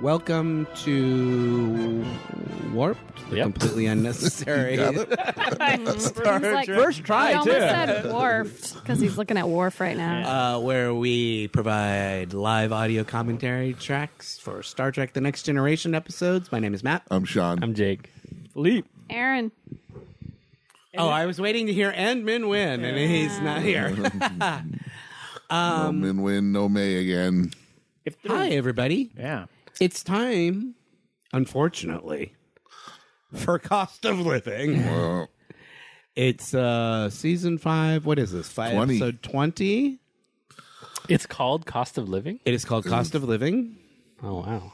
Welcome to Warped, the Yep. completely unnecessary. Ruben's like, First try, he too. almost said Worf because he's looking at Worf right now. uh, where we provide live audio commentary tracks for Star Trek The Next Generation episodes. My name is Matt. I'm Sean. I'm Jake. Philippe. Aaron, oh, I was waiting to hear and Min Win, and he's not here. no min win, no may again. If there- Hi, everybody. Yeah. It's time, unfortunately, for cost of living. Well, It's uh season five. What is this? Five 20. episode twenty. It's called Cost of Living. It is called Cost of Living. Oh wow!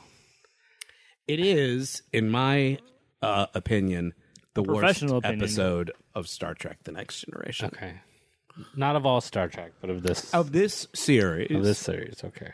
It is, in my uh, opinion, the worst Professional opinion. episode of Star Trek: The Next Generation Okay. Not of all Star Trek, but of this of this series. of this series. Okay.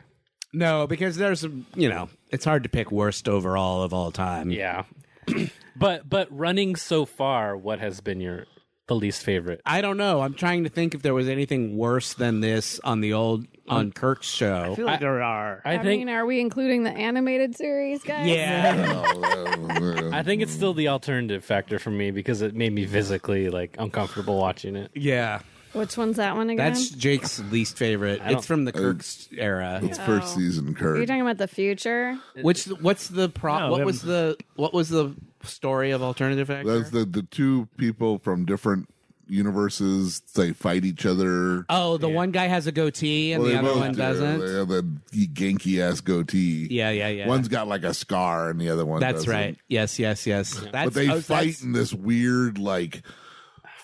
No, because there's some- you know it's hard to pick worst overall of all time. Yeah. but but running so far, what has been your the least favorite? I don't know. I'm trying to think if there was anything worse than this on the old on Kirk's show. I feel like there are. I I, mean, think are we including the animated series, guys? yeah. well, uh, I think it's still the alternative factor for me because it made me physically like uncomfortable watching it. Yeah. Which one's that one again? That's Jake's least favorite. It's from the Kirk's era. it's first season, You're Kurt. talking about the future. Which what's the pro? No, what we was the what was the story of alternative actor? That's the the two people from different universes. They fight each other. oh, the one guy has a goatee and Well, they the other both one do. doesn't. They have a ganky ass goatee. Yeah, yeah, yeah. One's got like a scar, and the other one. that's doesn't. right. Yes, yes, yes. That's, But they oh, fight that's- in this weird like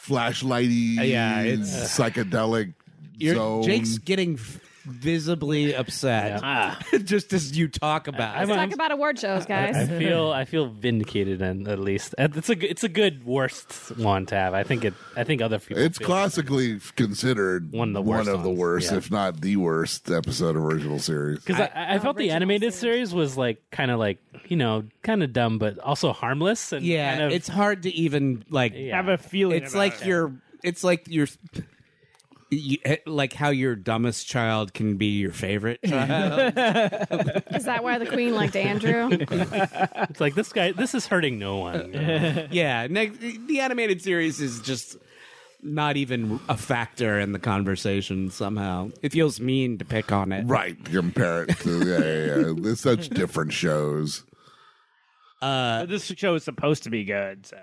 flashlighty, Yeah, it's- psychedelic. you're- zone. Jake's getting visibly upset just as you talk about. I'm it. a- Let's talk about award shows, I guys. feel I feel vindicated and at least and it's a good- it's a good worst one to have. I think it I think other people It's feel- classically considered One of the worst of the ones, worst, yeah. if not the worst episode of original series. Because I, I, felt the original animated series. was like kind of like you know kind of dumb but also harmless and yeah, kind of, it's hard to even like. Yeah. have a feeling. It's about like it. your. It's like your. You, like how your dumbest child can be your favorite child. Is that why the queen liked Andrew? it's like this guy this is hurting no one. you know? yeah, next, the animated series is just not even a factor in the conversation somehow. It feels mean to pick on it. Right. Compare it to yeah, yeah, yeah. There's such different shows. Uh, But this show is supposed to be good, so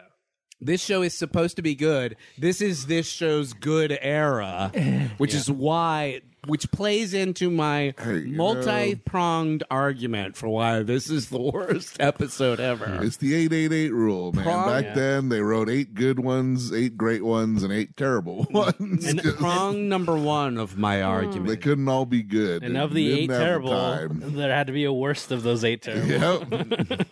This show is supposed to be good. This is this show's good era, which is why which plays into my Hey, you multi-pronged argument for why this is the worst episode ever. It's the eight eight eight rule, man. Prong- Back Yeah. then they wrote eight good ones, eight great ones, and eight terrible ones. And- 'Cause Prong number 1 of my they argument. couldn't all be good. and of You the didn't eight have terrible, time. there had to be a worst of those eight terrible. Yep.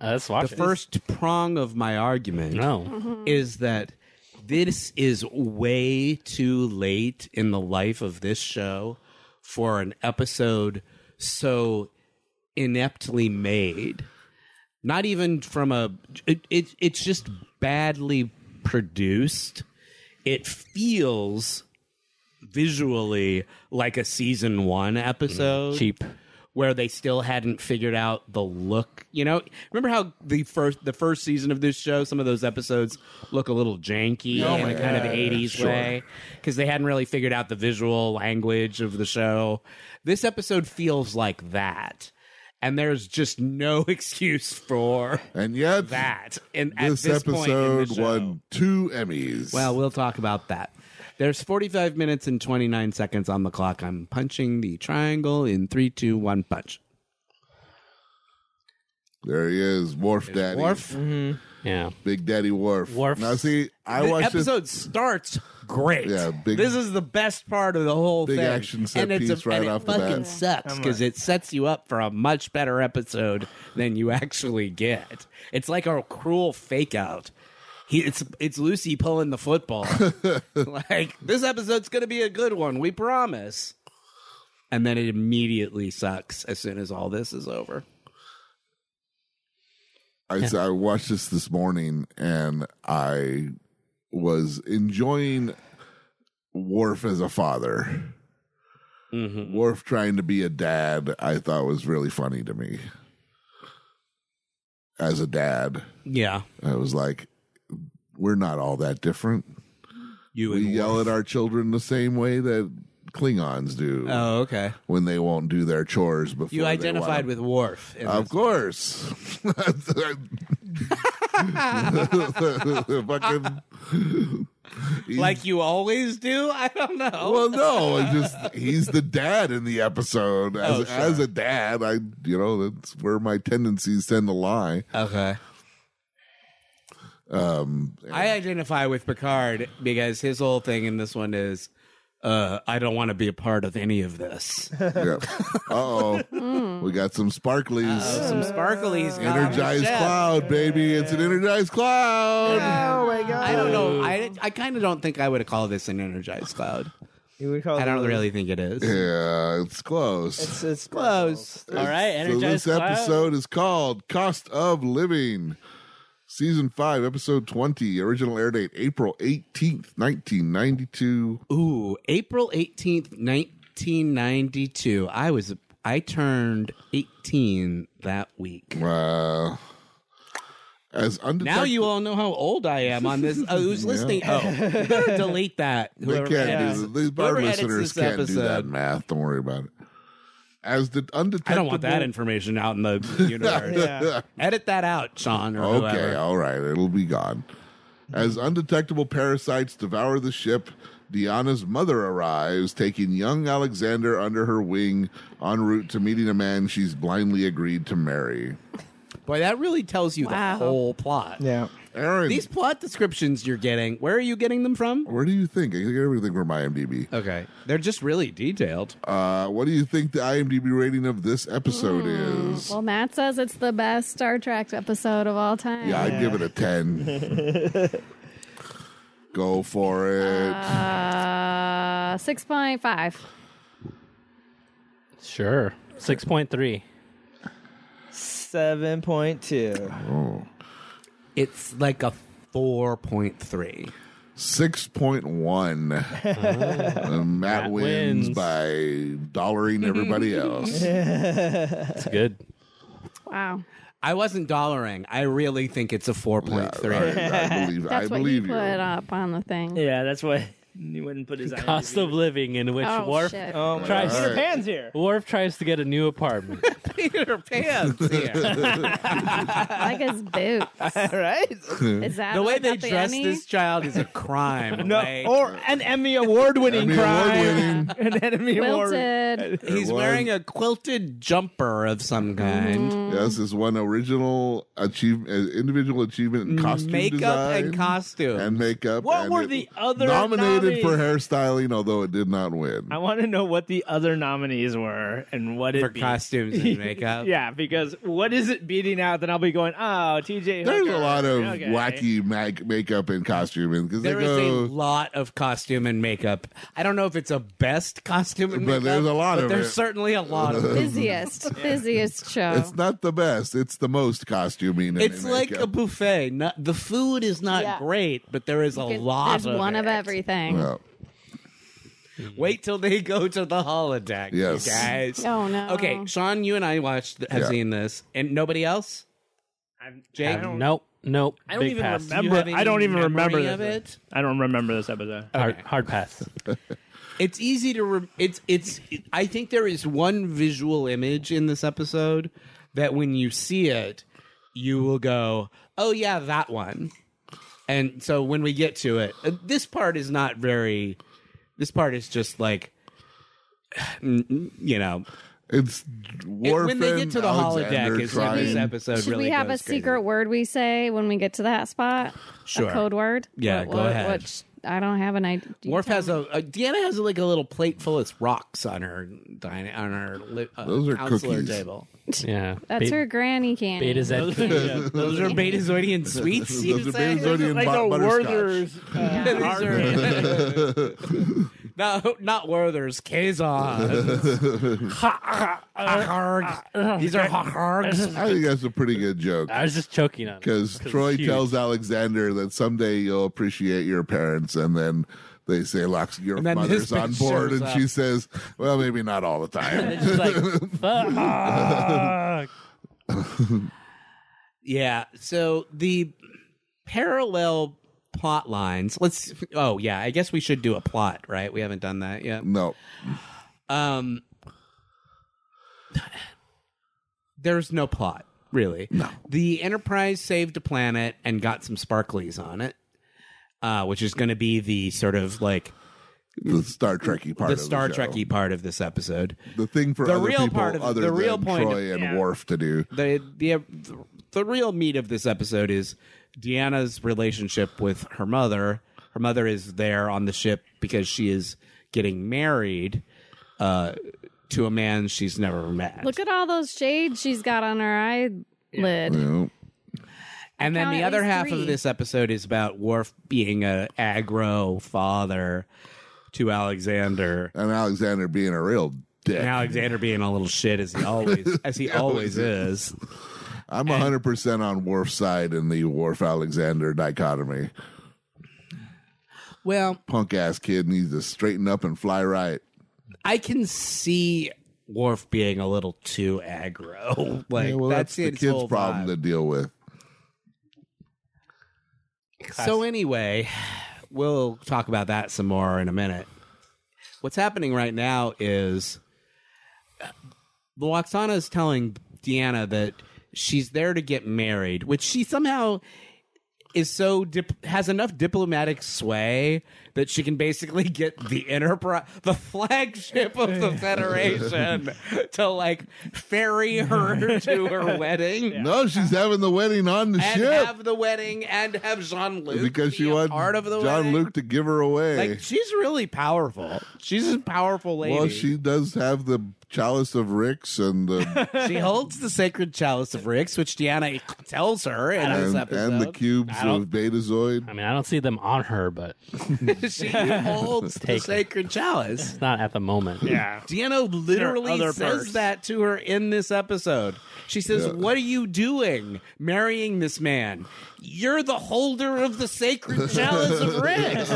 Uh, let's The watch it. first prong of my argument no. is that this is way too late in the life of this show for an episode so ineptly made. Not even from a it, it it's just badly produced. It feels visually like a season 1 episode Cheap. where they still hadn't figured out the look. You know, remember how the first the first season of this show, some of those episodes look a little janky in a kind of '80s way because they hadn't really figured out the visual language of the show. This episode feels like that, and there's just no excuse for And yet that. And at this, this point in the episode show- won two Emmys. well, we'll talk about that. There's 45 minutes and 29 seconds on the clock. I'm punching the triangle in three, two, one, punch. there he is, Wharf Daddy. Worf. Yeah. Big Daddy Wharf. Worf's- Now see, I the watched this- episode starts great. Yeah, big- this is the best part of the whole Big thing. action set and it's piece right and off it the bat. fucking sucks because it sets you up for a much better episode than you actually get. It's like a cruel fake out. He, it's it's Lucy pulling the football. like this episode's gonna be a good one, we promise. And then it immediately sucks as soon as all this is over. I, s- I watched this this morning and I was enjoying Worf as a father. Mm-hmm. Worf trying to be a dad, I thought was really funny to me. As a dad, Yeah. I was like, we're not all that different. You We and yell at our children the same way that Klingons do Oh, okay. when they won't do their chores before You they identified wanna- with Worf. in Of this. course. Fucking- He's- like you always do? I don't know. well, no, it's just he's the dad in the episode. As, Oh, sure. as a dad, I you know that's where my tendencies tend to lie. Okay. Um, I identify with Picard because his whole thing in this one is uh, I don't want to be a part of any of this. yeah. Uh oh, we got some sparklies. Oh, Some sparklies. God, Energized Michelle. cloud, baby. It's an energized cloud. Oh my god! I don't know. I, I kind of don't think I would call this an energized cloud. You would call I don't it- really think it is. Yeah, it's close. It's, it's Close. All right, so this energized cloud. episode is called Cost of Living. Season 5, episode 20, original air date April 18th, 1992. Ooh, April 18th, 1992. I was I turned 18 that week. Uh, as undetected, Now you all know how old I am on this. Oh, who's listening? Oh, you better delete that. They whoever can't edits do it. that. These bar Whoever edits listeners this can't do that episode- math. Don't worry about it. As the undetectable. I don't want that information out in the universe. Edit that out, Sean, or Okay, whoever. all right, it'll be gone. As undetectable parasites devour the ship, Diana's mother arrives, taking young Alexander under her wing en route to meeting a man she's blindly agreed to marry. Boy, that really tells you Wow. the whole plot. Yeah. Aaron, These plot descriptions you're getting, where are you getting them from? where do you think? I get everything from IMDb. Okay. They're just really detailed. Uh, what do you think the IMDb rating of this episode is? Well, Matt says it's the best Star Trek episode of all time. yeah, I'd give it a 10. Go for it. Uh, six point five. Sure. 6.3. Seven point two. It's like a 4.3. 6.1. Uh, Matt, Matt wins. wins, by dollaring everybody else. It's good. Wow, I wasn't dollaring. I really think it's a 4.3. I, I believe, that's I what he believe put you. up on the thing. Yeah, that's what you wouldn't put his Cost of living in which Oh Worf shit! Oh my Try- god. Peter Pan's here. Worf tries to get a new apartment. Peter Pan's here. I like his boots. All right. Is that the way like they at the dress Emmy? this child is a crime. No, like, or an Emmy award winning Emmy crime. award-winning. an Emmy award. Wilted. he's It was- wearing a quilted jumper of Mm. some kind. Yes, it's one original achievement, uh, individual achievement in costume Makeup design and costume. and makeup. What and were it- the other nominated for nominees? hairstyling? Although it did not win. I want to know what the other nominees were and what for it beat. costumes and makeup. Yeah, because what is it beating out? Then I'll be going, oh, TJ. There's Hooker. a lot of Okay. wacky mag- makeup and costuming because they There is a go. lot of costume and makeup. I don't know if it's a best costume and But makeup, there's a lot but of There's it. certainly a lot of it. Busiest, busiest show. It's not the best. It's the most costuming. and It's like a makeup. buffet. Not, the food is not Yeah. great, but there is a There's lot of one of it. everything. Yeah. Wait till they go to the holodeck, Yes. you guys. Oh no. Okay, Sean, you and I watched have Yeah. seen this, and nobody else. I'm- Jake? I don't, nope. Nope. I don't Big even pass. remember. have any I don't even memory remember of this. it? I don't remember this episode. Hard, hard pass. It's easy to. Re- it's it's. It, I think there is one visual image in this episode that when you see it, you will go, "Oh yeah, that one." And so when we get to it, uh, this part is not very. This part is just like, you know, It's it- Worf when they get and to the Alexander holodeck, is when trying. this episode Should really we have a goes crazy. secret word we say when we get to that spot? Sure. A code word. Yeah, What- go what- ahead. what sh- I don't have an idea. Worf has a, a Deanna has like a little plate full of rocks on her dine, on her li, uh, Those are counselor cookies. table. Yeah. That's Be- her granny candy. Beta Z. Those are Betazoidian sweets. Those you are say? Betazoidian Like bu- the butterscotch. Werther's. uh, These hard- are- no, not Werther's. Kazon. Hahard. These are Hahards. I think that's a pretty good joke. I was just choking on it. because Troy it's huge. tells Alexander that someday you'll appreciate your parents, and then they say, Lux, your And then mother's his on bitch board. shows And up. she says, well, maybe not all the time. It's like, fuck. Yeah. So the parallel plot lines. Let's. Oh yeah. I guess we should do a plot, right? We haven't done that yet. no. Um. There's no plot, really. No. The Enterprise saved a planet and got some sparklies on it, uh, which is going to be the sort of like The Star Trekky part the of Star the show. Trekky part of this episode. The thing for The other real people part of- other the real than point of- Troy and yeah. Worf to do. the the the real meat of this episode is Deanna's relationship with her mother. Her mother is there on the ship because she is getting married uh, to a man she's never met. Look at all those shades she's got on her eyelid. You know, and then count the at other least half three. of this episode is about Worf being a aggro father to Alexander. and Alexander being a real dick. And Alexander being a little shit as he always as he always is. I'm 100% on Worf's side in the Worf Alexander dichotomy. Well, Punk ass kid needs to straighten up and fly right. I can see Worf being a little too aggro. Like Yeah, well, that's, that's, the its kid's whole problem to vibe. deal with. So anyway, we'll talk about that some more in a minute. What's happening right now is uh, Loxana is telling Deanna that she's there to get married, which she somehow is so dip- has enough diplomatic sway that she can basically get the enterprise, the flagship of the Federation, to like ferry her to her wedding No, she's having the wedding on the and ship have the wedding and have Jean Luc because she be a wants part of the John wedding. Luke to give her away. Like she's really powerful. She's a powerful lady. well, she does have the chalice of Ricks and the she holds the sacred chalice of Rix, which Deanna tells her in this and, episode. and the cubes I don't- of Betazoid. I mean, I don't see them on her, but she holds the Take it. sacred chalice. it's not at the moment. Yeah. Deanna literally other says purse. that to her in this episode. She says, "What are you doing, marrying this man? You're the holder of the sacred chalice of Rix."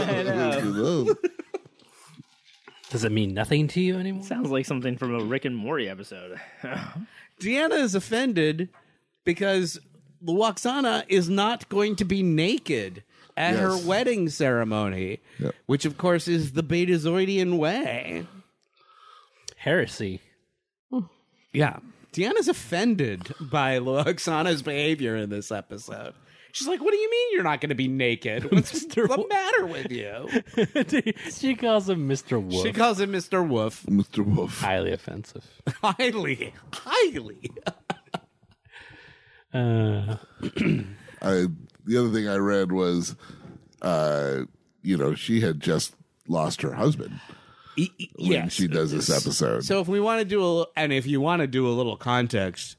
Does it mean nothing to you anymore? Sounds like something from a Rick and Morty episode. Deanna is offended because Luoxana is not going to be naked at Yes. her wedding ceremony, Yep. which of course is the Betazoidian way. Heresy. Yeah. Deanna's offended by Luoxana's behavior in this episode. She's like, "What do you mean you're not going to be naked? What's the matter with you?" she calls him Mr. Wolf. She calls him Mr. Wolf. Mr. Wolf. Highly offensive. Highly, highly. Uh, I, the other thing I read was, uh, you know, she had just lost her husband E- e- when she does this episode. So if we want to do a, and if you want to do a little context,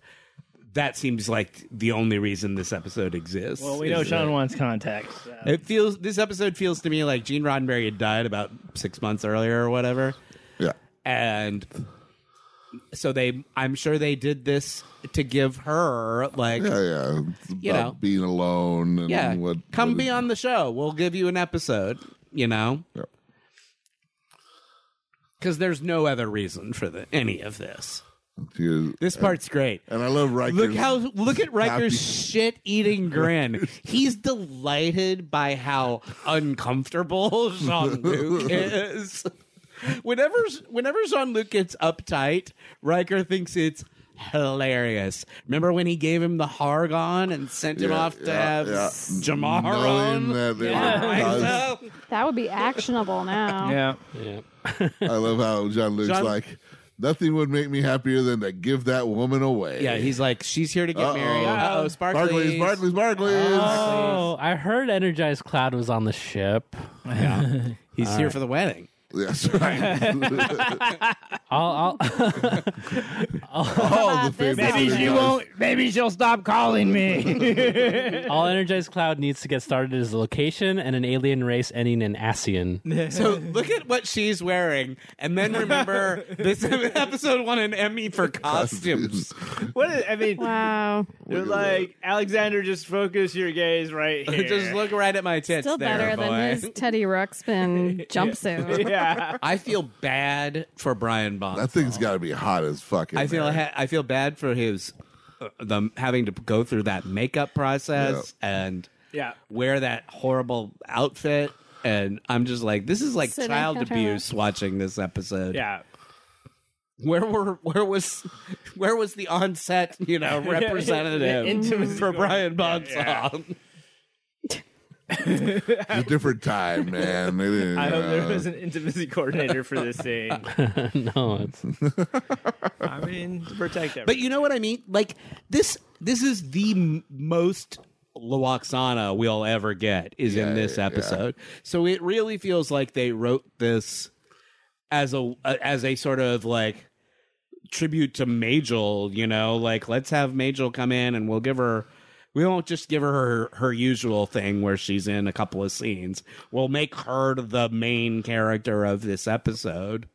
that seems like the only reason this episode exists. well, we know is Sean that- wants contacts. It feels this episode feels to me like Gene Roddenberry had died about six months earlier or whatever, yeah. and so they, I'm sure they did this to give her like, yeah, Yeah, yeah. It's You about know. being alone and what come what be it- on the show, we'll give you an episode, you know, Yeah. because there's no other reason for the, any of this. She- This part's great. and I love Riker's Look how look at uh, happy. Riker's shit eating grin. He's delighted by how uncomfortable Jean Luc is. Whenever whenever Jean Luc gets uptight, Riker thinks it's hilarious. Remember when he gave him the Hargon and sent him Yeah, off to yeah, have yeah. uh, Knowing Jamar on? that they were caused- Yeah. That would be actionable now. Yeah. yeah. I love how John Luke's John- like, nothing would make me happier than to give that woman away. yeah, he's like, she's here to get Uh-oh. married. Uh oh, Barclays, Sparkly. Barclays, Barclays. Oh, I heard Energized Cloud was on the ship. He's here for the wedding. Yes, right. I'll, I'll All the about this famous one? Maybe interviews. she won't. Maybe she'll stop calling me. All Energized Cloud needs to get started is a location and an alien race ending in ASEAN. So look at what she's wearing, and then remember this episode won an Emmy for costumes. What is, I mean, Wow. they're like Alexander. Just focus your gaze right here. Just look right at my tits Still there, better boy. than his Teddy Ruxpin jumpsuit. Yeah. I feel bad for Brian Bond. That thing's got to be hot as fuck. in I feel there. ha- I feel bad for his uh, them having to go through that makeup process and Yeah. wear that horrible outfit. And I'm just like, this is like Sitting child at her- abuse watching this episode. Yeah. Where were where was where was the onset, you know, representative for Brian Bonsall? It's a different time, man. It is, I hope there uh, was an intimacy coordinator for this scene. no, it's, I mean, to protect everyone. But you know what I mean? Like this this is the m- most Loaxana we'll ever get is in this episode. So it really feels like they wrote this as a as a sort of like tribute to Majel, you know, like let's have Majel come in and we'll give her we won't just give her, her her usual thing where she's in a couple of scenes. We'll make her the main character of this episode.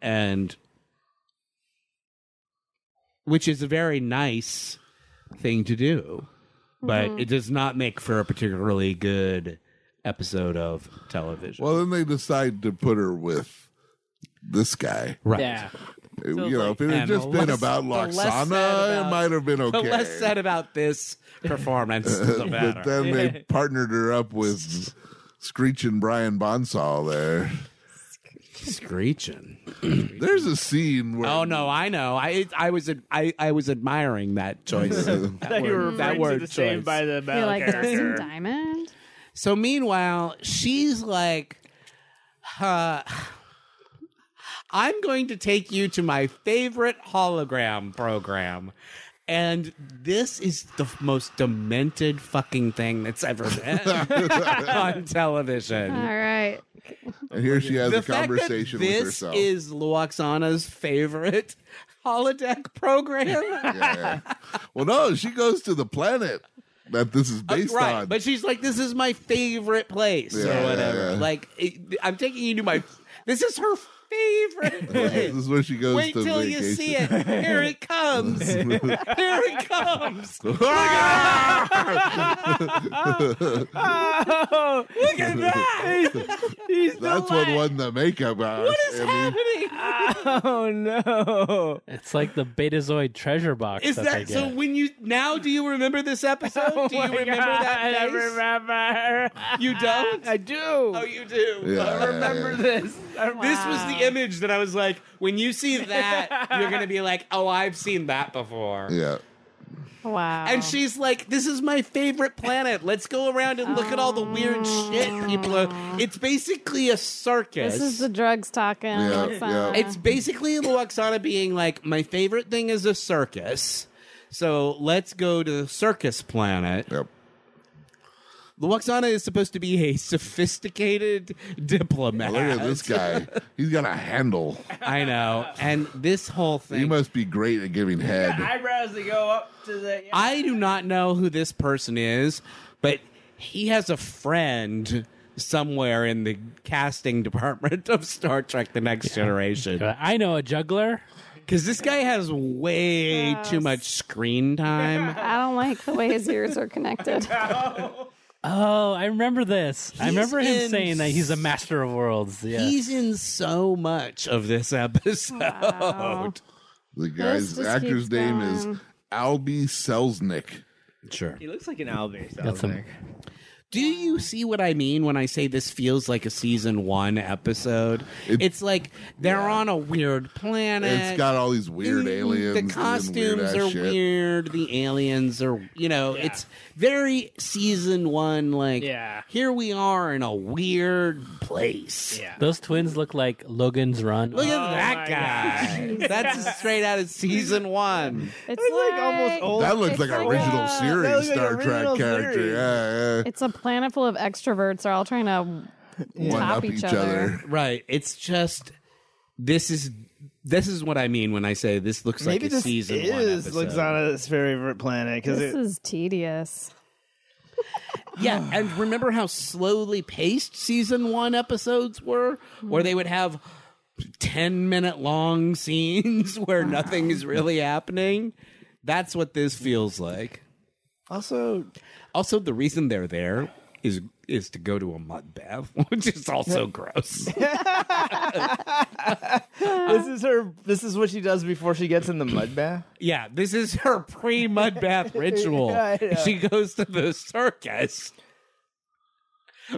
And which is a very nice thing to do, but Mm-hmm. it does not make for a particularly good episode of television. Well, then they decide to put her with this guy. right. yeah. It- you know, if it had and just the been less- about the less Loxana, said it about- might have been The okay. less said about this performance, the better. but then they partnered her up with Screech and Brian Bonsall there. Screeching. There's a scene where Oh no, I know. I I was I, I was admiring that choice. I thought you were that referring to word the Saved choice. by the You're Bell like Dustin character. Diamond? So meanwhile, she's like, uh, I'm going to take you to my favorite hologram program. And this is the f- most demented fucking thing that's ever been on All television. right. and here she has The a fact that conversation this with herself. is Luoxana's favorite holodeck program. Yeah. Well, no, she goes to the planet that this is based Uh, right, on. but she's like, "This is my favorite place," Yeah, yeah, or whatever. yeah. Like, it, I'm taking you to my. This is her favorite this place. is where she goes Wait to till vacation. you see it. Here it comes. Here it comes. Oh, Look at that. That's what won the makeup uh, out. What is happening? oh no! Oh It's like the Betazoid treasure box Is that, they that get. so? When you now, do you remember this episode? do you Oh my remember God, I that remember. face? You don't. I do. Oh, you do. Yeah, I yeah, remember yeah. this. I remember- This was the image that I was like, when you see that, you're gonna be like, oh, I've seen that before. Yeah. Wow. And she's like, "This is my favorite planet. Let's go around and look at all the weird shit people are." It's basically a circus. Oh. This is the drugs talking. uh, Yeah, yeah. Roxana. It's basically Luoxana being like, "My favorite thing is a circus." So let's go to the circus planet. Yep. Luoxana is supposed to be a sophisticated diplomat. Look at this guy. He's got a handle. I know. And this whole He thing. must be great at giving head. Eyebrows that go up to the. I do not know who this person is, but he has a friend somewhere in the casting department of Star Trek The Next Generation. I know a juggler. Because this guy has way too much screen time. I don't like the way his ears are connected. Oh, I remember this. I He's remember him in saying that he's a master of worlds. Yeah. He's in so much of this episode. Wow. The guy's This just actor's keeps name is going. Albie Selznick. Sure. He looks like an Alvis. That's a- Do you see what I mean when I say this feels like a season one episode? It- it's like they're yeah. on a weird planet. It's got all these weird Mm, aliens. The costumes and weird are ass shit. weird. The aliens are, you know, Yeah. it's very season one. Like, Yeah. here we are in a weird place. Yeah. Those twins look like Logan's Run. Look at Oh my that guy. That's straight out of season one. It's like almost old. That looks It's like an like original a- series That looks like Star original Trek character. series. Yeah, yeah. It's a planet full of extroverts. They're all trying to one Top up each each, other. other. Right. It's just this is this is what I mean when I say this looks Maybe like a this season one is episode. Luxana's favorite planet because This it, is tedious. Yeah, and remember how slowly paced season one episodes were, where they would have ten minute long scenes where nothing is really happening. That's what this feels like. also Also, the reason they're there is is to go to a mud bath, which is also gross. this is her. This is what she does before she gets in the mud bath. Yeah, this is her pre mud bath ritual. Yeah, I know. She goes to the circus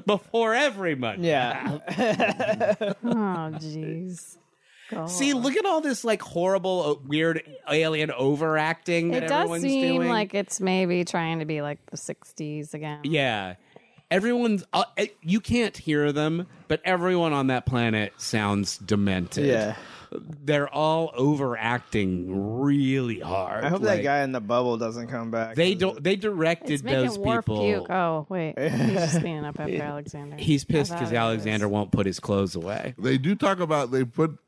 before every mud. Yeah, Oh, jeez. God. See, look at all this like horrible, uh, weird alien overacting that it does everyone's seem doing. like it's maybe trying to be like the 60s again. yeah, everyone's. Uh, uh, you can't hear them, but everyone on that planet sounds demented. yeah. they're all overacting really hard. I hope Like, that guy in the bubble doesn't come back. They don't. They directed It's making those Worf people. puke. Oh, wait. He's just being up after Alexander. He's pissed I thought because it was- Alexander won't put his clothes away. They do talk about they put.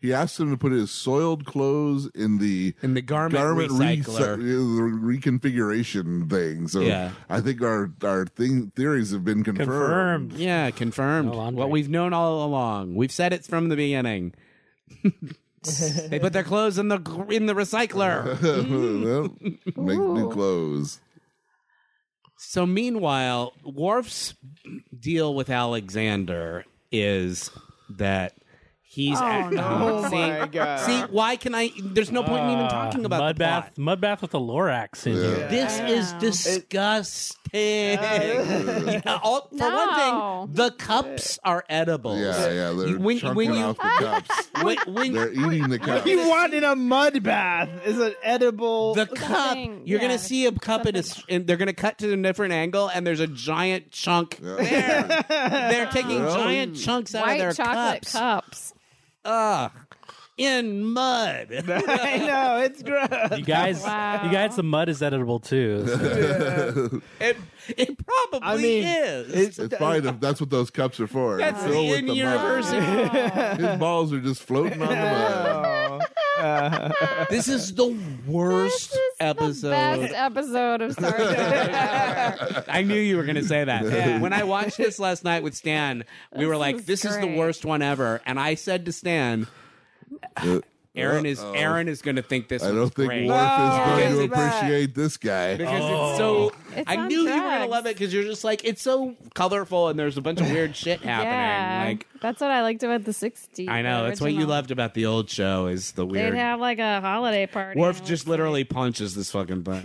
He asked him to put his soiled clothes in the In the garment rec- recycler. re- reconfiguration thing. So Yeah. I think our our thing theories have been confirmed. Confirmed. Yeah, confirmed. No laundry. what we've known all along. We've said it from the beginning. they put their clothes in the gr- in the recycler. Well, make new clothes. so meanwhile, Worf's deal with Alexander is that he's Oh, no. Oh see, my god! see why can I there's no point in even talking about Ah, mud the plot. bath, mud bath with the Lorax in here. This I is know. disgusting. Yeah, all- for No. one thing, the cups are edible. Yeah, yeah. They're When- chunking when you- off the cups. When, when- They're eating the cups. you want in a mud bath is an edible. the cup thing, you're yeah. gonna see a cup in a, s- and they're gonna cut to a different angle and there's a giant chunk there they're taking Yeah. giant chunks out White of their chocolate cups cups. Ugh. in mud I know it's gross. You guys, Wow. you guys, the mud is editable too. so- it, it probably I mean, is It's, It's probably the, that's what those cups are for. that's Fill the with the mud. in-universe His balls are just floating on the mud. oh, this is the worst This is episode the best episode of Star Trek ever. I knew you were going to say that. When I watched this last night with Stan, we were like, is "This is the great. worst one ever," and I said to Stan, "Aaron is Aaron is going to think this." I one's don't think great. Worf No, is because going to it's- appreciate this guy. because it's so. It's I on knew you were going to drugs. love it because you're just like it's so colorful and there's a bunch of weird shit happening. Yeah. Like that's what I liked about the 60s. I know that's what you loved about the old show is the They'd weird. have like a holiday party. Worf and just literally punches this fucking thing.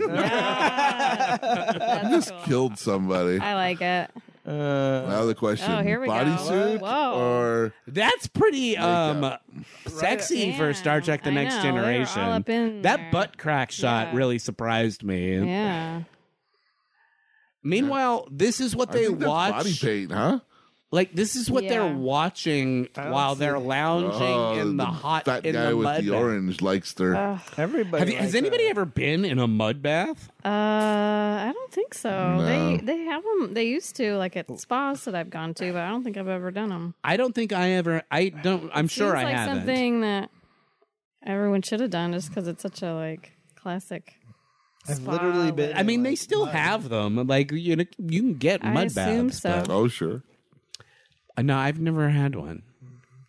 that's cool. Killed somebody. I like it. uh, Now the question: Oh, here we go. bodysuit Whoa. or That's pretty um Makeup. sexy for Yeah, Star Trek The I Next know, they were all Generation. up in there. That butt crack shot Yeah. really surprised me. Yeah. Meanwhile, this is what I they think that's watch. body paint, huh? Like this is what they're Yeah. watching don't while see they're it. lounging Oh, in the, hot fat in guy the with mud. the bath. orange likes their. everybody. Have you, has likes anybody that. ever been in a mud bath? Uh, I don't think so. No. They they have them. They used to like at spas that I've gone to, but I don't think I've ever done them. I don't think I ever. I don't. I'm sure Seems I like haven't. Something that everyone should have done, just because it's such a like classic. I've spa literally been. with- I mean, in, they like, still have them. Like you, know, you can get I mud assume baths. so. Oh sure. but- No, I've never had one.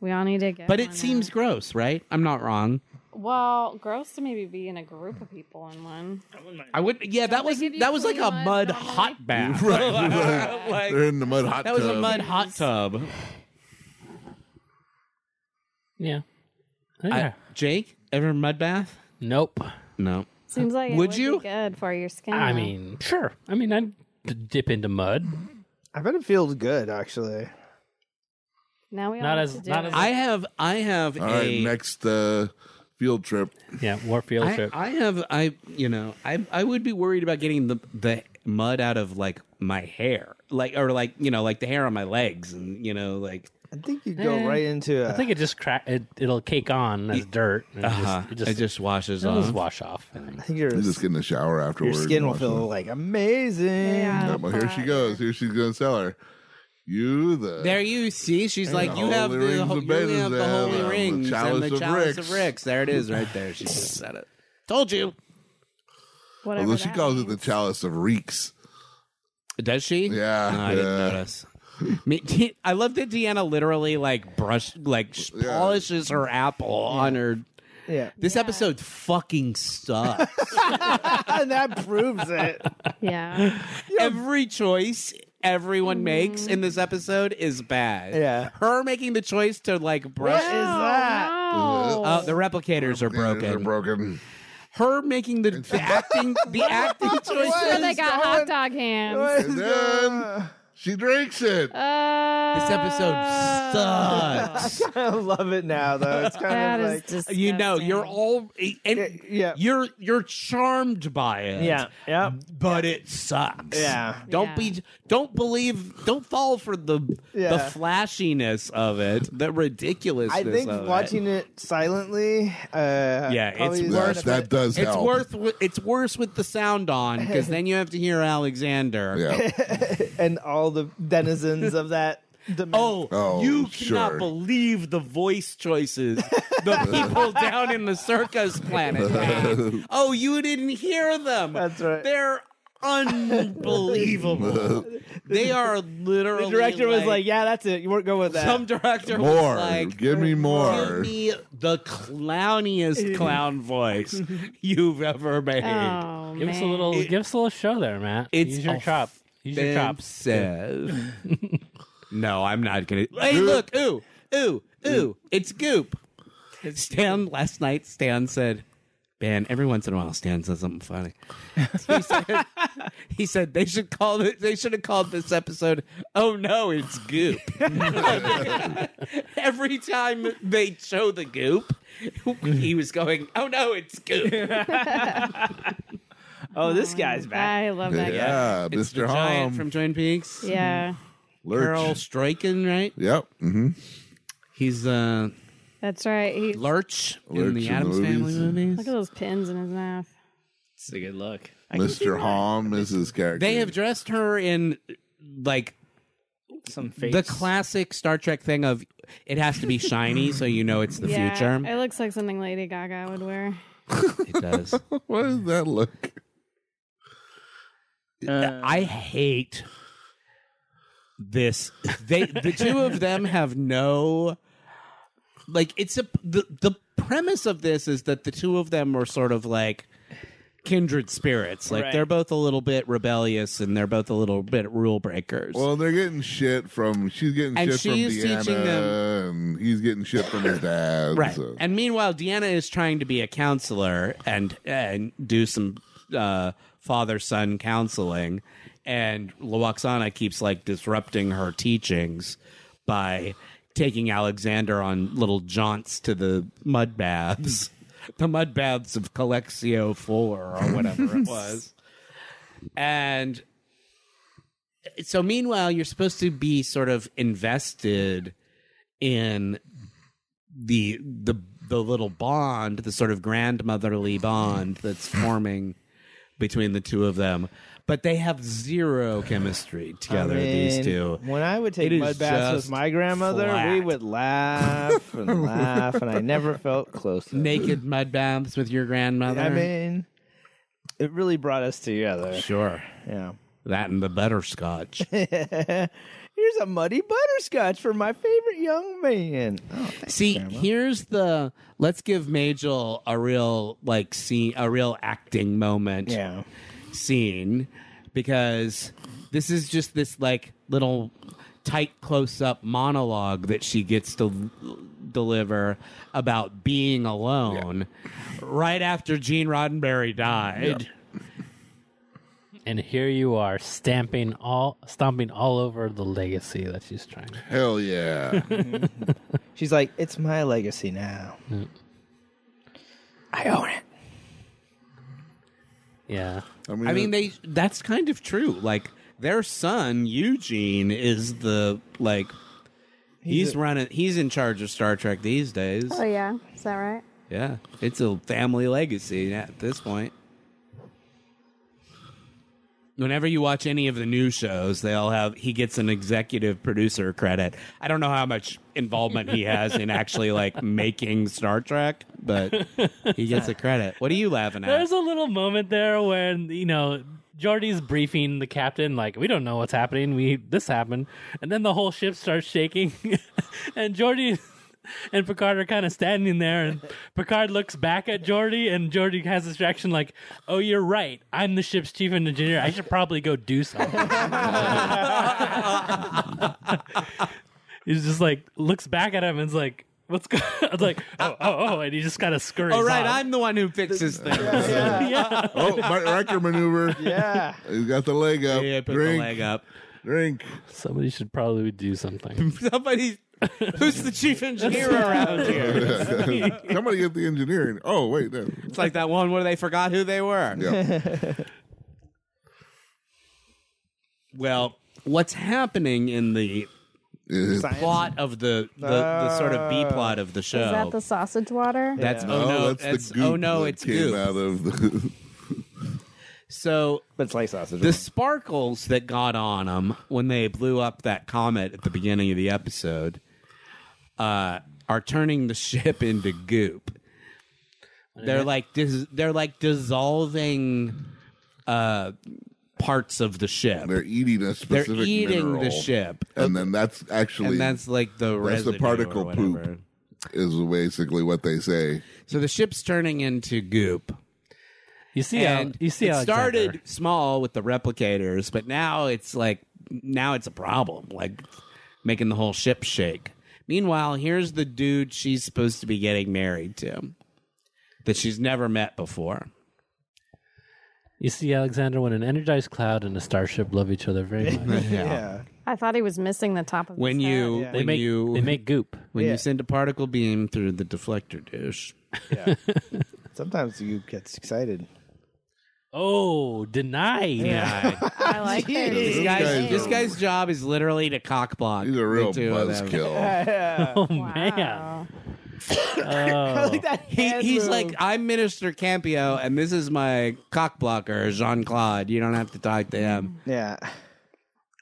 We all need to get. But one it seems out. gross, right? I'm not wrong. well gross to maybe be in a group of people in one. I would. Yeah, that they was give you that was like clean a mud mud normally? hot bath. Like, They're in the mud hot that was a tub. mud hot tub. yeah. I- Yeah. Uh, Jake, ever mud bath? nope. No. Seems like it Would would you? be good for your skin. I though. mean, sure. I mean, I'd d- dip into mud. I bet it feels good actually. now we all not have as- to do not it. as- I have I have All a right, next uh, field trip. Yeah, Warfield I, trip. I have I you know I I would be worried about getting the the mud out of like my hair like or like you know like the hair on my legs and you know like I think you'd go Eh, right into. A, I think it just crack. It, it'll cake on as dirt. And it just, Uh-huh. it it just, just washes it'll just off. wash off. I think. I think your, You just get in the shower your afterwards. skin will and wash feel like amazing. Yeah. it. Yeah, well, here she goes. Here she's gonna sell her. You the There you see, she's like, the you have holy the rings ho- you of have the Bethesda holy and the rings and chalice the of chalice of Ricks. Ricks. There it is, right there. She just said it. Told you. Whatever. although she that calls it means. the chalice of reeks. Does she? Yeah, No, I didn't yeah. notice. Me- De- I love that Deanna literally like brush like sh- Yeah. polishes her apple on her. Yeah. This episode fucking sucks. and that proves it. Yeah. Every choice everyone makes in this episode is bad. Yeah. Her making the choice to like brush. What is that? Oh, Oh, the replicators are They're broken. broken. Her making the, the acting the acting Where choices. they got hot dog hands. And then she drinks it. Uh, This episode sucks. I love it now, though. It's kind That of is like, disgusting. you know, you're all and yeah, you're you're charmed by it. yeah, yeah, but it sucks. yeah. Don't Yeah. be don't believe don't fall for the the Yeah. flashiness of it, the ridiculousness I think of it. watching it, silently, uh, Yeah, it's probably is worth Yes, benefit. that does it's help. worth wi- it's worse with the sound on because then you have to hear Alexander. Yeah. and all the denizens of that. dimen- Oh, Oh, you cannot sure. believe the voice choices the people down in the circus planet have. Oh, you didn't hear them. That's right. They're unbelievable. they are literally. the director was like, "Yeah, that's it. You weren't going with that." Some director More. was like, Give me "Give more. me the clowniest clown voice you've ever made." Oh, Give man. us a little, give us a little show there, Matt. It's Use your a chop. Use your chops. Offensive. no, I'm not gonna. Hey, look! Ooh, ooh, ooh! It's Goop. Stan last night. Stan said, "Man, every once in a while, Stan says something funny." He said, he said they should call it. They should have called this episode. Oh no, it's Goop. every time they show the Goop, he was going, "Oh no, it's Goop." oh, this guy's back. I love that guy. Yeah, It's the Mr. giant Hom. from Twin Peaks. Yeah, Lurch. Carol Striken, right? Yep. Mm-hmm. He's uh, that's right. He, look Lurch, Lurch in the in Adams the Family movies. movies. at those pins in his mouth. It's a good look. Mr. Hom is his character. They have dressed her in like Some face. the classic Star Trek thing of it has to be shiny, so you know it's the yeah, future. It looks like something Lady Gaga would wear. It does. What does that look? I hate this. They the two of them have no like it's a the the premise of this is that the two of them were sort of like kindred spirits. Like Right. they're both a little bit rebellious and they're both a little bit rule breakers. Well, they're getting shit from. She's getting And shit from she's teaching Deanna, them- and he's getting shit from his dad. Right. so- And meanwhile, Deanna is trying to be a counselor and and do some uh, father son counseling, and Lawaxana keeps like disrupting her teachings by taking Alexander on little jaunts to the mud baths, the mud baths of Colexio Four or whatever it was, and. So meanwhile, you're supposed to be sort of invested in the the the little bond, the sort of grandmotherly bond that's forming between the two of them. But they have zero chemistry together. these mean, two. When I would take It is mud baths just with my grandmother, we flat. would laugh and laugh, and I never felt closer. Naked mud baths with your grandmother. I mean, it really brought us together. sure. Yeah. That and the butterscotch. Here's a muddy butterscotch for my favorite young man. Oh, See, here's the let's give Majel a real like scene, a real acting moment. yeah. scene because this is just this like little tight close up monologue that she gets to l- deliver about being alone right after Gene Roddenberry died. And here you are, stamping all, stomping all over the legacy that she's trying. to Hell yeah. She's like, it's my legacy now. I own it. Yeah, I mean, I mean they that's kind of true. Like their son Eugene is the like he's, a- running he's in charge of Star Trek these days. Oh yeah, is that right? Yeah. It's a family legacy at this point. whenever you watch any of the new shows, they all have he gets an executive producer credit. I don't know how much involvement he has in actually like making Star Trek, but he gets a credit. What are you laughing at? There's a little moment there when you know Jordy's briefing the captain, like we don't know what's happening. We this happened, and then the whole ship starts shaking, and Jordy and Picard are kind of standing there, and Picard looks back at Jordy, and Jordy has this reaction like, "Oh, you're right. I'm the ship's chief engineer. I should probably go do something." He's just like looks back at him and's like. What's go-? It's like oh oh oh, and he just kind of scurries. oh right, off. I'm the one who fixes things. yeah. Oh, Burt Riker maneuver. Yeah. He's got the leg up. Yeah, put drink, the leg up. drink. Somebody should probably do something. Somebody, who's the chief engineer around here? Somebody get the engineering. Oh wait, no. It's like that one where they forgot who they were. yeah. Well, what's happening in the plot of the the, the sort of B plot of the show? Is that the sausage water? that's Oh, oh no, that's, that's- the goop oh no, that it's came goop. out of the. So But it's like sausage. the sparkles that got on them when they blew up that comet at the beginning of the episode uh, are turning the ship into goop. They're like dis- they're like dissolving uh, parts of the ship. They're eating a They're specific eating the mineral. ship, and then that's actually and that's like the That's the residue or particle poop. whatever. is basically what they say. So the ship's turning into goop. You see, how, and you see, it how started small with the replicators, but now it's like now it's a problem, like making the whole ship shake. Meanwhile, here's the dude she's supposed to be getting married to that she's never met before. You see, Alexander, when an energized cloud and a starship love each other very much, yeah. I thought he was missing the top of his When head. you Yeah. they when make you they make goop. when Yeah. you send a particle beam through the deflector dish, Yeah. Sometimes you get excited. Oh, deny! yeah, I like this it. guy's guy's this a- guy's job is literally to cock block. He's a the real two of them. buzzkill. Oh Wow. man! I like that. He, hand he's move. like, I'm Minister Campio, and this is my cock blocker, Jean Claude. You don't have to talk to him. yeah.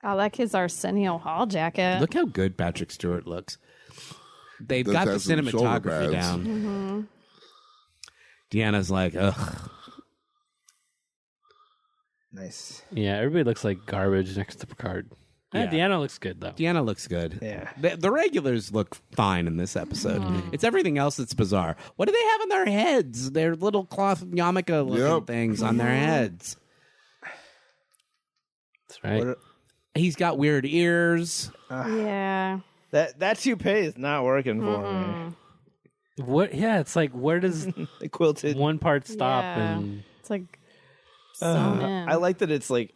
I like his Arsenio Hall jacket. Look how good Patrick Stewart looks. They've Does got the have some shoulder cinematography pads. down. Deanna's like, ugh. Nice. Yeah, everybody looks like garbage next to Picard. Eh, Yeah. Deanna looks good though. Deanna looks good. Yeah. The, the regulars look fine in this episode. It's everything else that's bizarre. What do they have on their heads? Their little cloth yarmulke looking Yep. things on their heads. That's right. What- He's got weird ears. Yeah. That that toupee is not working for me. What? Yeah, it's like where does The quilted. one part stop Yeah. and It's like sewn Uh, in. I like that it's like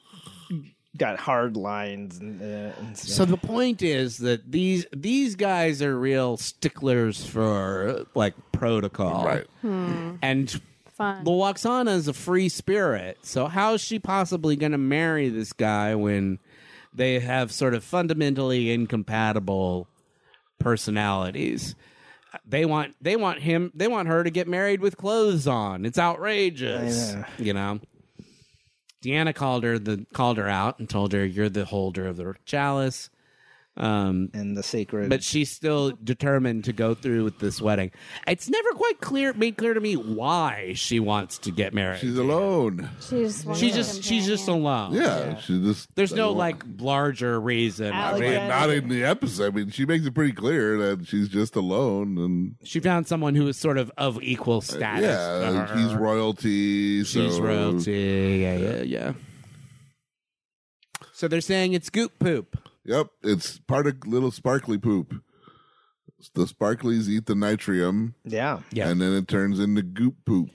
got hard lines and, uh, and stuff. So the point is that these these guys are real sticklers for like protocol, Right. And fun. the Waxana is a free spirit, so how is she possibly going to marry this guy when they have sort of fundamentally incompatible personalities? They want they want him they want her to get married with clothes on. It's outrageous, I know. you know. Deanna called her the called her out and told her you're the holder of the chalice. Um, and the sacred. but she's still determined to go through with this wedding. It's never quite clear made clear to me why she wants to get married. She's alone. She just wanted she's a just she's just companion. alone. Yeah, she just. There's no I- like larger reason. I mean, Like, Alexander- not in the episode. I mean, she makes it pretty clear that she's just alone, and she found someone who was sort of of equal status. to Uh, yeah, her. he's royalty. She's so- royalty. Yeah, yeah, yeah. So they're saying it's goop poop. Yep, it's part of little sparkly poop. The sparklies eat the nitrium, yeah. Yeah. and then it turns into goop poop.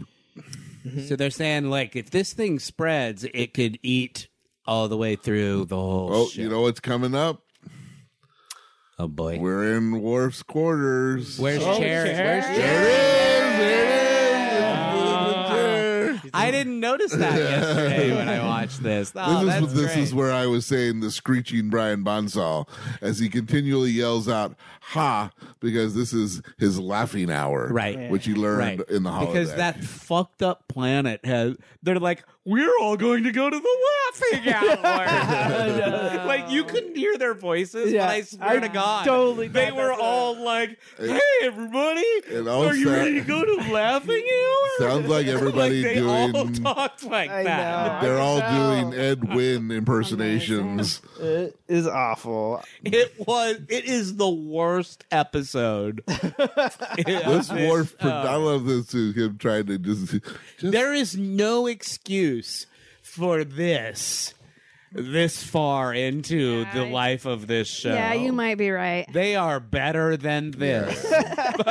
Mm-hmm. So they're saying like if this thing spreads, it could eat all the way through the whole. Oh, ship. you know what's coming up? Oh boy. We're in Worf's quarters. Where's Cher? Where's There Cher? it is! There it is! It's the chair. I didn't notice that yesterday when I watched this. Oh, this that's is this great. is where I was saying the screeching Brian Bonsall as he continually yells out "ha" because this is his laughing hour, Right. Which he learned Right. in the holiday Because that fucked up planet has. They're like, we're all going to go to the laughing hour. like you couldn't hear their voices, Yeah, but I swear I to God, totally they thought were that's a- all like, "Hey, everybody, It all are you sa- ready to go to laughing hour?" sounds like everybody like they doing. all talked like I Oh, that. know. they're all Wow. doing Ed Wynn impersonations. It is awful. It was. It is the worst episode. This Worf, I love this too. Him trying to just, just uh, There is no excuse for this this far into the I- life of this show. Yeah, you might be right. They are better than this.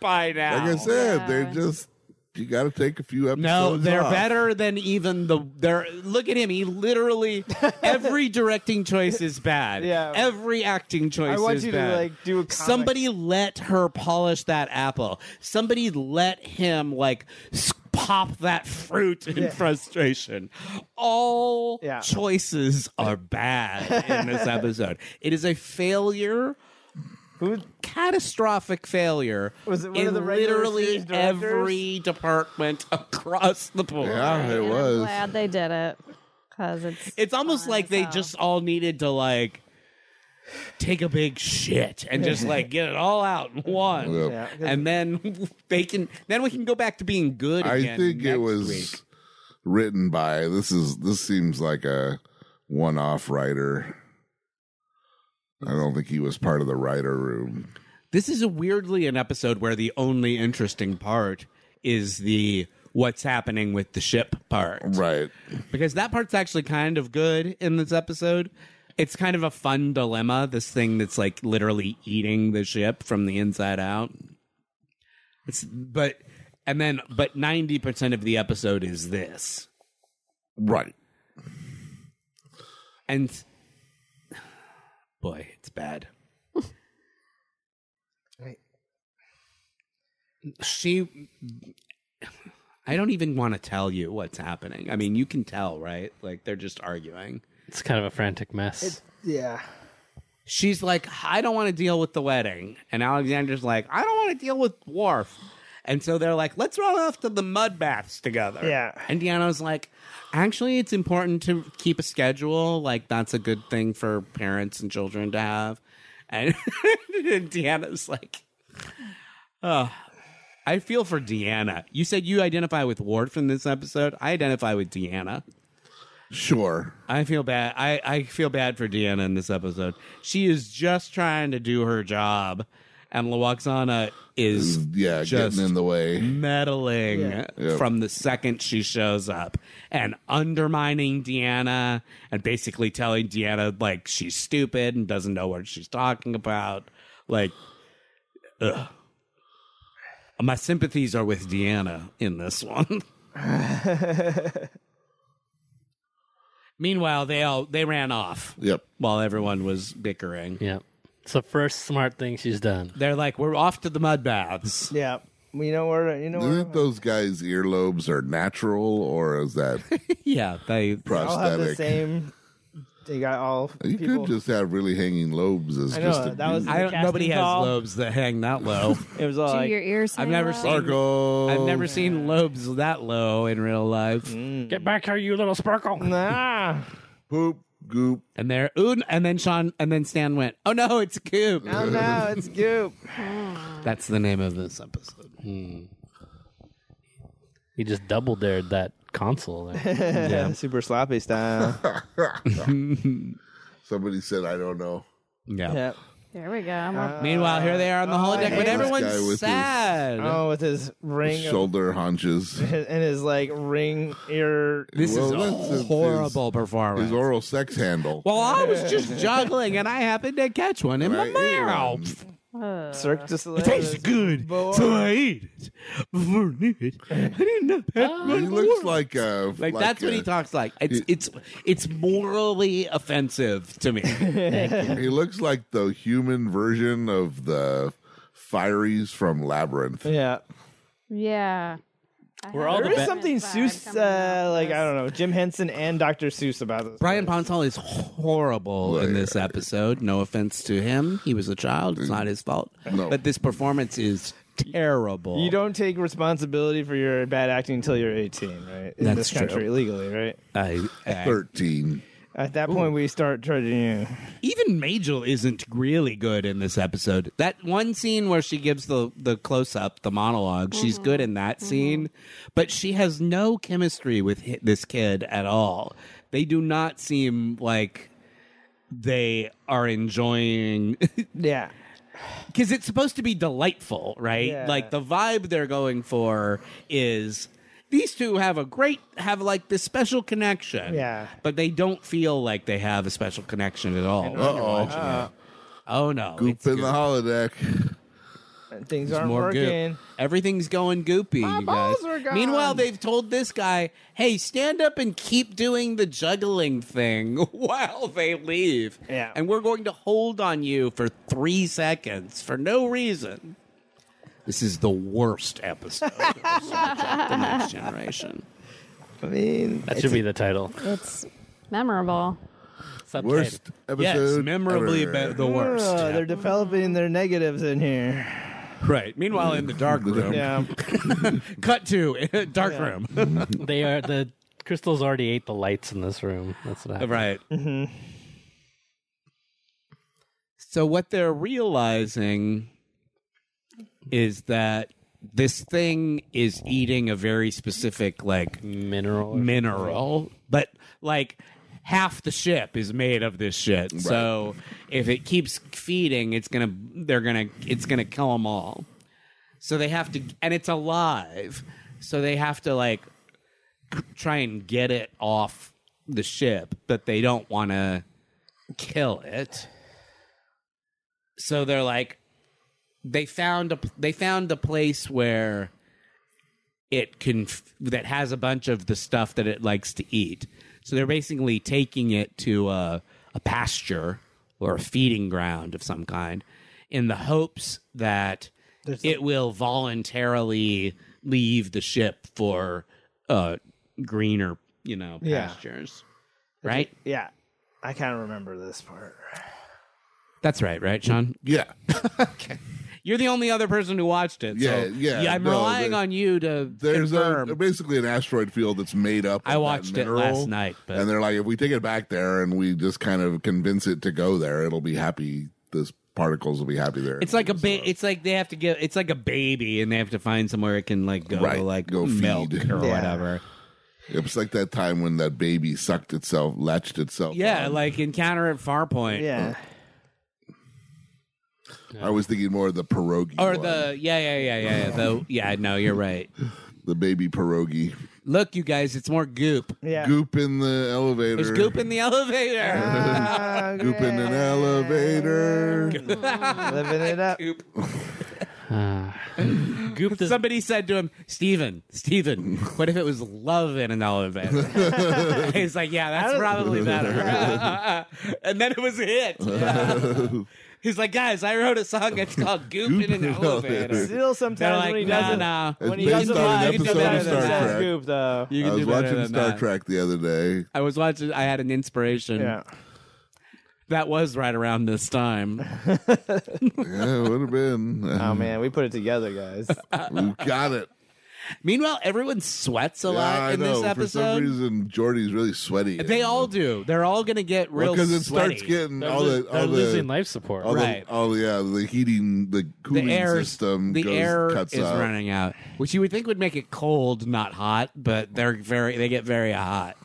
by now. like I said, they're just you got to take a few episodes. No, they're off. better than even the. They're look at him. He literally every directing choice is bad. Yeah. every acting choice. I want is you to, bad. like, do a comic. Somebody let her polish that apple. Somebody let him like s- pop that fruit in frustration. All Yeah. choices are bad in this episode. It is a failure. Who- Catastrophic failure Was it one in of the regular literally series directors? every department across the board. Yeah, it And I'm was. glad they did it because it's It's almost like they just all needed to like take a big shit and just like get it all out in one. Yep. Yeah, 'cause- And then they can then we can go back to being good again. I think it next was week. written by this is this seems like a one off writer. I don't think he was part of the writer room. This is a weirdly an episode where the only interesting part is the what's happening with the ship part. Right. because that part's actually kind of good in this episode. It's kind of a fun dilemma, this thing that's like literally eating the ship from the inside out. It's but and then but 90% of the episode is this. Right. And boy, it's bad. She I don't even want to tell you what's happening. I mean, you can tell, right? Like they're just arguing. It's kind of a frantic mess. yeah. she's like, I don't want to deal with the wedding. And Alexander's like, I don't want to deal with Worf. And so they're like, let's run off to the mud baths together. Yeah. And Deanna's like, actually, it's important to keep a schedule. Like, that's a good thing for parents and children to have. And, and Deanna's like, oh, I feel for Deanna. You said you identify with Worf in this episode. I identify with Deanna. Sure. I feel bad. I, I feel bad for Deanna in this episode. She is just trying to do her job, and Lawaxana is Yeah, just getting in the way. meddling Yeah. from the second she shows up and undermining Deanna and basically telling Deanna like she's stupid and doesn't know what she's talking about. Like, ugh. my sympathies are with Deanna in this one. Meanwhile, they all they ran off Yep. while everyone was bickering. Yeah. It's the first smart thing she's done. They're like, "We're off to the mud baths." Yeah. You know where you know Isn't where it those guys' earlobes are natural or is that yeah, they they all have the prosthetic? same they got all you people. could just have really hanging lobes as I know, just a that was- dude. I don't, Casting nobody has call. lobes that hang that low. it was do all like your ears. I've hang never out? seen- Sparkle. I've never seen lobes that low in real life. Mm. Get back here, you little sparkle. nah. poop goop. And there, ooh, and then Sean, and then Stan went, "Oh no, it's a coop." Oh no, it's goop. That's the name of this episode. He just double dared that console. There. Super sloppy style. Somebody said I don't know. Yeah. yeah. There we go. Uh, I'm all- Meanwhile, here they are on Oh, the holodeck, hey, but guy this with everyone's his- sad. Oh, with his ring of- Shoulder haunches. and his like ring ear. this Well, that's is his- a his- horrible His performance. oral sex handle. well, I was just juggling, and I happened to catch one in Right my here. mouth. Ugh. Cirque du Soleil. It tastes good, boy. so I ate it. Before I knew it, I didn't have had one He more. looks like uh, a Like, that's what a- he talks like. It's it's it's morally offensive to me. He looks like the human version of the Fieries from Labyrinth. Yeah. Yeah. We're all There the is best. Batman vibe something Seuss, coming out uh, of like I this. don't know, Jim Henson and Dr. Seuss about this. Brian Ponsal is horrible in this episode. No offense to him. He was a child. It's not his fault. No. But this performance is terrible. You don't take responsibility for your bad acting until you're 18, right? In That's this country, true. legally, right? I, I, Thirteen. At that point, we start charging you. even Majel isn't really good in this episode. That one scene where she gives the the close up, the monolog she's good in that scene, but she has no chemistry with hi- this kid at all. They do not seem like they are enjoying Yeah. because it's supposed to be delightful, right? Yeah. Like the vibe they're going for is these two have a great have like this special connection. Yeah. But they don't feel like they have a special connection at all. Uh oh. Oh no. Goop it's in goop. the holodeck. And things It's aren't more working. goop. Everything's going goopy, you guys. balls are gone. Meanwhile, they've told this guy, "Hey, stand up and keep doing the juggling thing while they leave." Yeah. And we're going to hold on you for 3 seconds for no reason. This is the worst episode of Star Trek: The Next Generation. I mean, That should be the title. It's memorable. Subtitle. Worst episode. yes, memorably ever. be- the worst. oh, they're developing their negatives in here. right. Meanwhile, in the dark room, Yeah. cut to dark room. They are the crystals already ate the lights in this room. That's what happened. Right. So what they're realizing is that this thing is eating a very specific like Mm, Mineral. mineral, but like half the ship is made of this shit. So if it keeps feeding, it's gonna they're gonna it's gonna kill them all. So they have to, and it's alive. So they have to like try and get it off the ship, but they don't want to kill it. So they're like, they found a they found a place where it can f- that has a bunch of the stuff that it likes to eat. So they're basically taking it to a, a pasture or a feeding ground of some kind, in the hopes that it will voluntarily leave the ship for uh, greener, you know, Yeah. pastures. Right? Yeah. I kind of remember this part. That's right, right, Sean? Yeah. You're the only other person who watched it. Yeah, so yeah, I'm no, relying there- on you to There's confirm. a, basically an asteroid field that's made up. I of that watched it mineral, last night, but- and they're like, if we take it back there and we just kind of convince it to go there, it'll be happy. This particles will be happy there. It's like a ba- it's like they have to get it's like a baby and they have to find somewhere it can like go Right, like go milk feed. or Yeah. whatever. It was like that time when that baby sucked itself, latched itself. Yeah, on. like encounter at Farpoint. Yeah. I was thinking more of the pierogi Or one, the yeah yeah yeah yeah yeah the yeah no you're right. the baby pierogi Look you guys it's more goop. Yeah. goop in the elevator. There's goop in the elevator. Ah, goop in an elevator. Living it up. Goop. Goop does Somebody said to him, Steven, Steven, what if it was love in an elevator? He's like, yeah, that's probably better. and then it was a hit. He's like, guys, I wrote a song. It's called Goop, in an Elevator. Still They're sometimes like, when he no, doesn't. no. It's When he based doesn't on lie, an he does episode better of than Star Seth Trek. Goop, though. You I can was do better watching than Star that. Trek the other day. I was watching. I had an inspiration. Yeah. That was right around this time. Yeah, it would have been. Oh man, we put it together, guys. we got it. Meanwhile, everyone sweats a Yeah, lot I in this know. For some episode. reason, Jordy's really sweaty. They all do. They're all going to get real because it sweaty. starts getting they're, all lo- the they're all the losing life support. all Right. the all the, yeah the heating the cooling the air system the goes, air cuts is out. running out, which you would think would make it cold, not hot, but they're very they get very hot.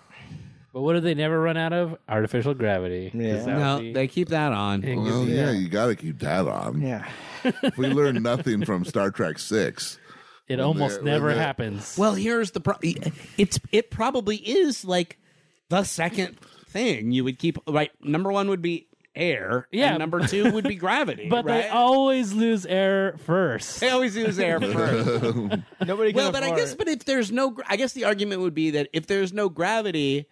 But what do they never run out of? Artificial gravity. Yeah. Is that no, the- they keep that on. Well, yeah, you got to keep that on. Yeah. If we learn nothing from Star Trek Six, it almost when never they- happens. Well, here's the pro- it's it probably is like the second thing you would keep right. Number one would be air. and Yeah. number two would be gravity. but right? they always lose air first. They always use air first. Nobody. Can well, but I afford guess, it. but if there's no, gra- I guess the argument would be that if there's no gravity,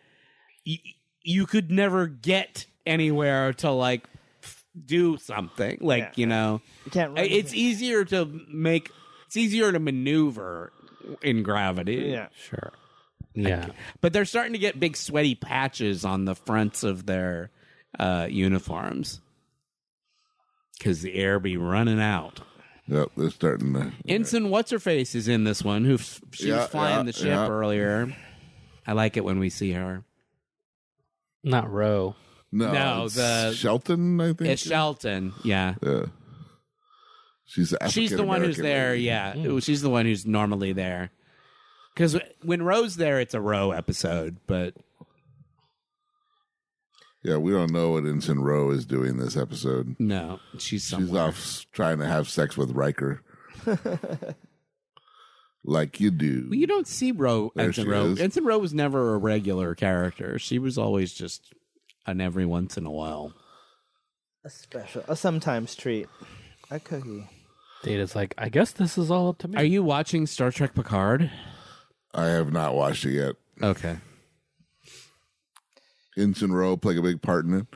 y- you could never get anywhere to like f- do something. Like Yeah. you know, you can't. I- Run it's easier to make. It's easier to maneuver in gravity. Yeah. Sure. Yeah. But they're starting to get big sweaty patches on the fronts of their uh, uniforms because the air be running out. Yep, they're starting to. Ensign What's Her Face is in this one. Who f- she Yeah, was flying yeah, the ship yeah. earlier. I like it when we see her. Not row. No, No, it's the- Shelton, I think. It's Shelton. Yeah, yeah. She's the she's the one who's African-American there. lady. Yeah, she's the one who's normally there. Because when Roe's there, it's a Roe episode. But Yeah, we don't know what Ensign Rowe is doing this episode. no, she's somewhere. She's off s- trying to have sex with Riker. like you do. Well, you don't see Roe There Ensign she Roe. is. Ensign Roe was never a regular character. She was always just an every once in a while. A special, a sometimes treat, a cookie. Data's like, I guess this is all up to me. Are you watching Star Trek Picard? I have not watched it yet. Okay. Ensign Rowe played a big part in it.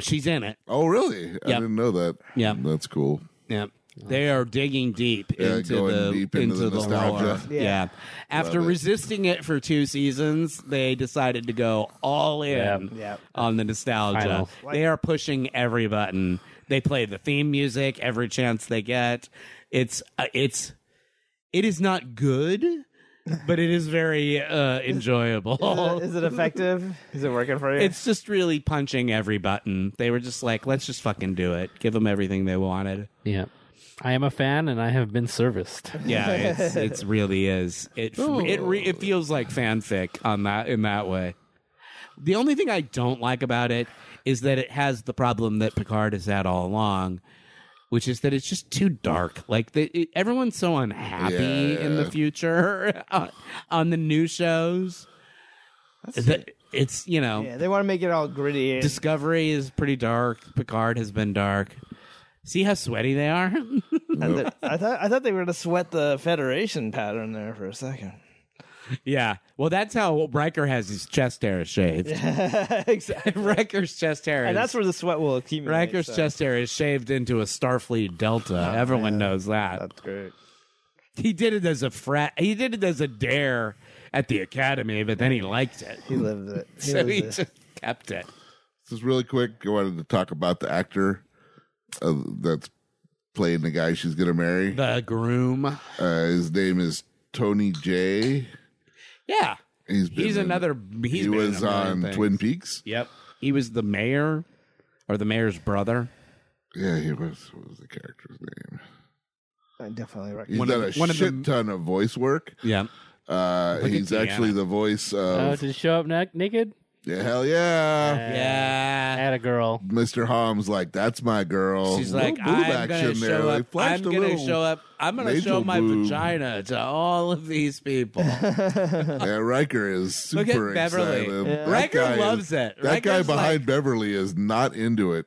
She's in it. Oh, really? I Yep. didn't know that. Yep. That's cool. Yeah. They are digging deep Yeah, into going the deep into, into the the, nostalgia. lore. Yeah. Yeah. After Love it. resisting it for two seasons, they decided to go all in Yep. on the nostalgia. Final. They are pushing every button. They play the theme music every chance they get. It's uh, it's it is not good, but it is very uh, enjoyable. Is it- is it effective? Is it working for you? Oh. It's just really punching every button. They were just like, let's just fucking do it. Give them everything they wanted. yeah. I am a fan and I have been serviced. Yeah, it's it's really is. It it re, it feels like fanfic on that in that way. The only thing I don't like about it is that it has the problem that Picard has had all along, which is that it's just too dark. Like the, it, everyone's so unhappy Yeah, in the yeah. future on, on the new shows. That it's you know yeah, they want to make it all gritty. and- Discovery is pretty dark. Picard has been dark. See how sweaty they are. and the- I thought I thought they were gonna sweat the Federation pattern there for a second. Yeah. Well, that's how Riker has his chest hair shaved. exactly. Riker's chest hair. And is- that's where the sweat will accumulate. Riker's so. chest hair is shaved into a Starfleet Delta. Everyone knows that. That's great. He did it as a frat. He did it as a dare at the academy, but then he liked it, He lived it. He so lived he it. just kept it. Just really quick, I wanted to talk about the actor uh, that's playing the guy she's going to marry. The groom. Uh, his name is Tony J. Yeah. He's, been He's in- another. he's he been in was a million on things. Twin Peaks. Yep. He was the mayor, or the mayor's brother. Yeah, he was. What was the character's name? I definitely He's One recommend. of done the- a one of the- shit ton of voice work. Yeah. Uh, at he's Deanna. actually the voice Oh, of to show up neck naked? yeah, hell yeah. Yeah. At a girl. Mr. Holmes, like that's my girl. She's Little like, Oh, boob I'm gonna show Like, up. flash I'm the gonna little- show up. I'm gonna show nasal my boob." vagina to all of these people. Yeah, Riker is Look super at Beverly. excited. Yeah. That Riker guy is- loves it. That guy Riker's behind like- Beverly is not into it.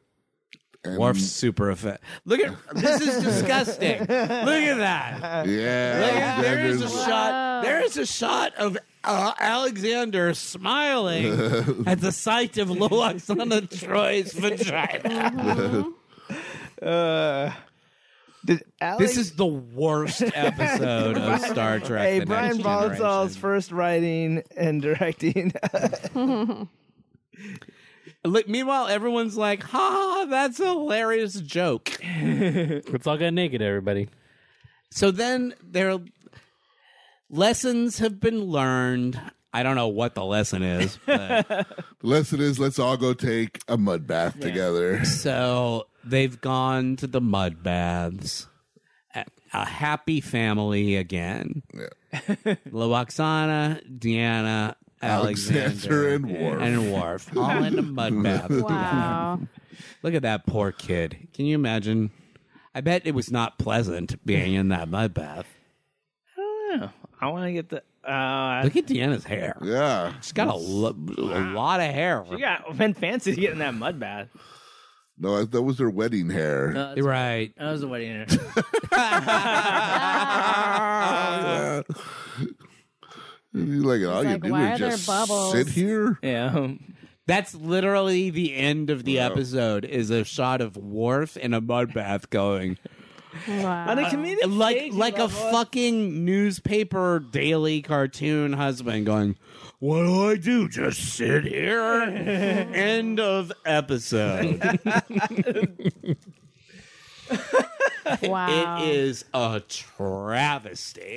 And- Worf's super effect. Look at this is disgusting. Look at that. Yeah, Look at- there is a Alexander's- shot. There is a shot of uh, Alexander smiling at the sight of Loaxana Troy's vagina. Uh, did Alex, This is the worst episode of Star Trek. hey The Brian Next Balzal's Generation. first writing and directing. Like, Meanwhile, everyone's like, "Ha, ha, ha, that's a hilarious joke." Let's all get naked, everybody. So then their lessons have been learned. I don't know what the lesson is. But Lesson is let's all go take a mud bath together. so they've gone to the mud baths. A, a happy family again. Loaxana, Deanna, Alexander, Alexander and Worf. and Worf all in the mud bath. Wow. Look at that poor kid. Can you imagine? I bet it was not pleasant being in that mud bath. I want to get the. Uh, Look at Deanna's hair. Yeah. She's got a, lo- a lot of hair. you got been fancy to get in that mud bath. No, that was their wedding hair. Uh, Right. That was a wedding. hair. And he's like, all you like, do why is are there just bubbles? sit here. yeah. um, That's literally the end of the episode is a shot of Worf in a mud bath going, Wow. On a comedic like stage like a level, fucking newspaper daily cartoon husband going what do i do just sit here end of episode wow. it is a travesty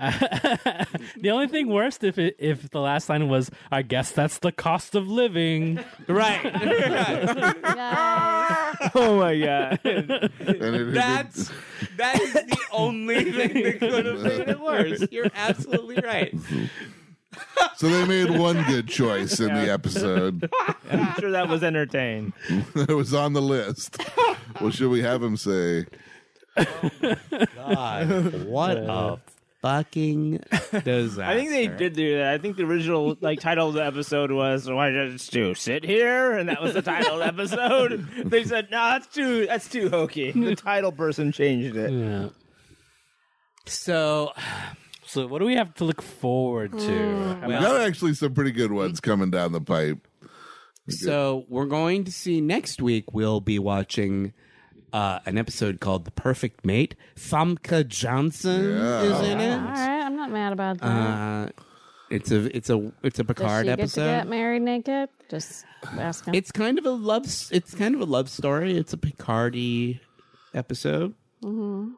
The only thing worse if it, if the last line was, "I guess that's the cost of living." right Yes. Oh my god. And it, that's that is the only thing that could have made it worse you're absolutely right so they made one good choice in the episode. I'm sure that was entertained. it was on the list. Well, should we have him say? God, what a fucking disaster Uh, I think they did do that. I think the original like title of the episode was "Why just do sit here?" and that was the title of the episode. They said, "No, that's too that's too hokey." The title person changed it. Yeah. so So what do we have to look forward to? Uh, We got actually some pretty good ones coming down the pipe. So we're going to see next week. We'll be watching uh, an episode called "The Perfect Mate." Famke Johnson Yeah. is in All right. I'm not mad about that. it. Uh, it's a it's a it's a Does Picard she get to get episode. married naked? Just asking. It's kind of a love. s- It's kind of a love story. It's a Picardy episode. Mm-hmm.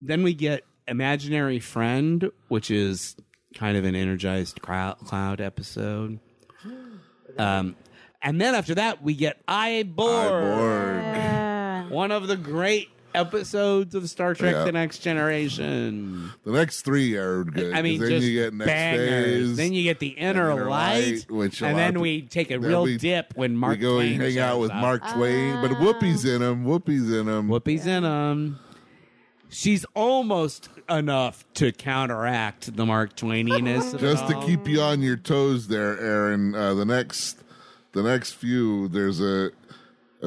Then we get imaginary friend, which is kind of an energized crowd, cloud episode. Um, and then after that, we get I I board. bored. yeah. one of the great episodes of Star Trek: Yeah. The Next Generation. The next three are good. I 'cause mean, then just you get next bangers. phase. Then you get the inner, Inner light, Light, which a and lot then of we take a then real we- dip when Mark we go Twain and hang out shows with up. Ah. Mark Twain, but Whoopi's in him. Whoopi's in him. Whoopi's in 'em. She's almost enough to counteract the Mark Twaininess. of it Just to all. keep you on your toes, there, Aaron. Uh, the next, the next few, there's a.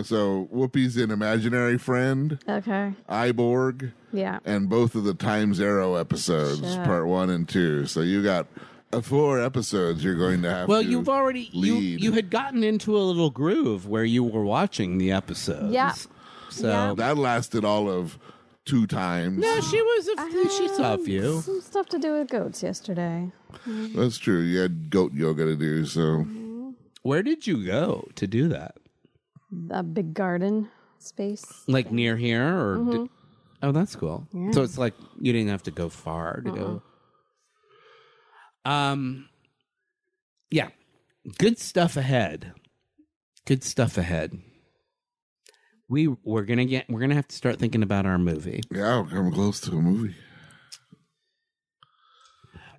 So Whoopi's in imaginary friend, Okay. Iborg, Yeah. and both of the Times Arrow episodes, Sure. part one and two. So you got uh, four episodes. You're going to have. Well, to you've already you, lead. you had gotten into a little groove where you were watching the episodes. Yeah. So Yeah. that lasted all of two times. no, she was a few, she saw a few. Some stuff to do with goats yesterday. That's true. You had goat yoga to do, so Where did you go to do that? A big garden space. Like near here or di- Oh, that's cool. So it's like you didn't have to go far to go. Um Yeah. Good stuff ahead. Good stuff ahead. We we're going to get we're going to have to start thinking about our movie. yeah, we're coming close to a movie.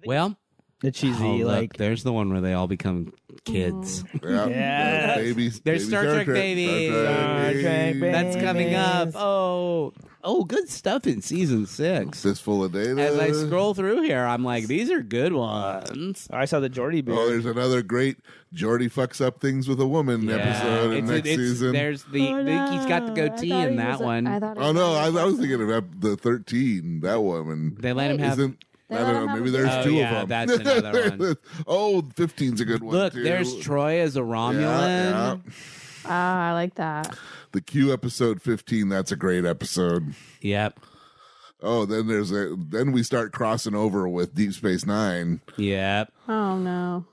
Well, the cheesy oh, look, like there's the one where they all become kids. Yeah, Yes. babies. There's Star Trek babies. Star Trek That's coming up. Babies. Oh, oh, good stuff in season 6. Fistful of data. As I scroll through here, I'm like, these are good ones. I saw the Jordy beard. Oh, there's another great Jordy fucks up things with a woman episode in It's- next it's- season. There's the, the- he's got the goatee in that one. Oh no, I, I was thinking of ep- the thirteen. That woman they let him have. isn't. They I let don't him know. have Maybe a there's Oh, two yeah, of them. that's another one. oh, 15's a good one. Look, too. there's Troy as a Romulan. Yeah, yeah. Ah, I like that. The Q episode 15. That's a great episode. Yep. Oh, then there's a then we start crossing over with Deep Space Nine. Yep. Oh no.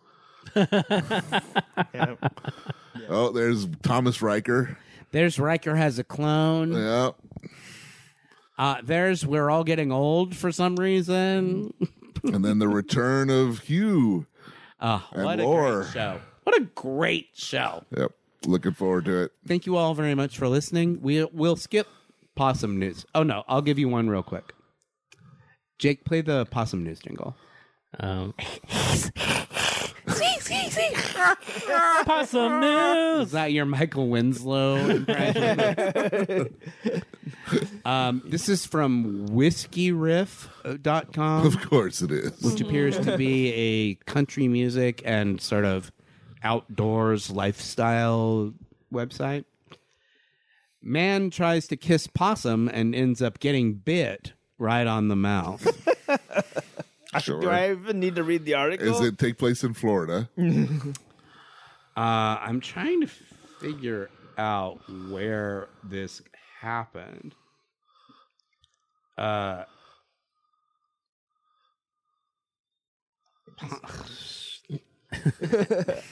Oh, there's Thomas Riker. There's Riker has a clone. Yeah, Uh, there's we're all getting old for some reason. and then the return of Hugh. Uh, what a lore. great show! What a great show! Yep, looking forward to it. Thank you all very much for listening. We we'll skip possum news. Oh no, I'll give you one real quick. Jake, play the possum news jingle. Um. Possum news. Is that your Michael Winslow impression? um, this is from whiskeyriff.com, Of course it is. which appears to be a country music and sort of outdoors lifestyle website. Man tries to kiss possum and ends up getting bit right on the mouth. Uh, Sure. Do I even need to read the article? Is it take place in Florida? Uh, I'm trying to figure out where this happened. Uh,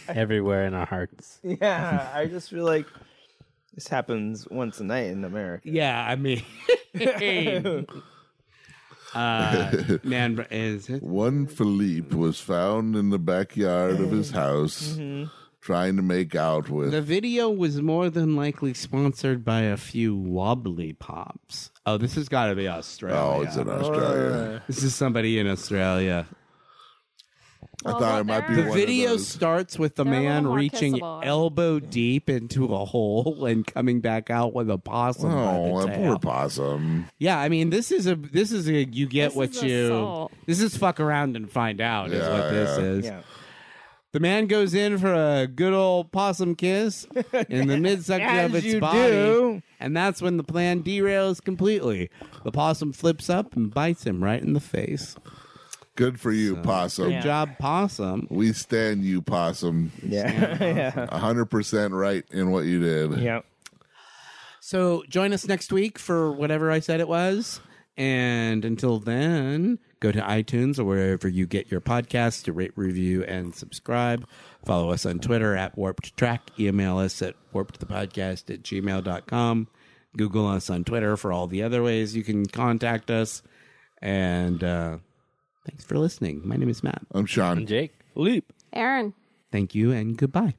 everywhere in our hearts. Yeah, I just feel like this happens once a night in America. yeah, I mean, uh, man, but is it? One Philippe was found in the backyard of Mm-hmm. his house trying to make out with. The video was more than likely sponsored by a few wobbly pops. Oh, this has got to be Australia. Oh, it's in Australia. This is somebody in Australia. I Oh, thought it might be The one video of those. starts with the They're a man little more reaching kissable. elbow deep into a hole and coming back out with a possum. by the Oh, that tail. poor possum. Yeah, I mean, this is a this is a you get This what is you assault. this is fuck around and find out is Yeah, what this yeah. is. Yeah. The man goes in for a good old possum kiss in the midsection of As its you body, do. and that's when the plan derails completely. The possum flips up and bites him right in the face. Good for you, possum. Good job, possum. We stand you, possum. Yeah. yeah. A 100% right in what you did. Yeah. So join us next week for whatever I said it was. And until then, go to iTunes or wherever you get your podcasts to rate, review, and subscribe. Follow us on Twitter at Warped Track. Email us at warpedthepodcast at gmail.com. Google us on Twitter for all the other ways you can contact us. And uh, thanks for listening. My name is Matt. I'm Sean. Jake, leap. Aaron. Thank you and goodbye.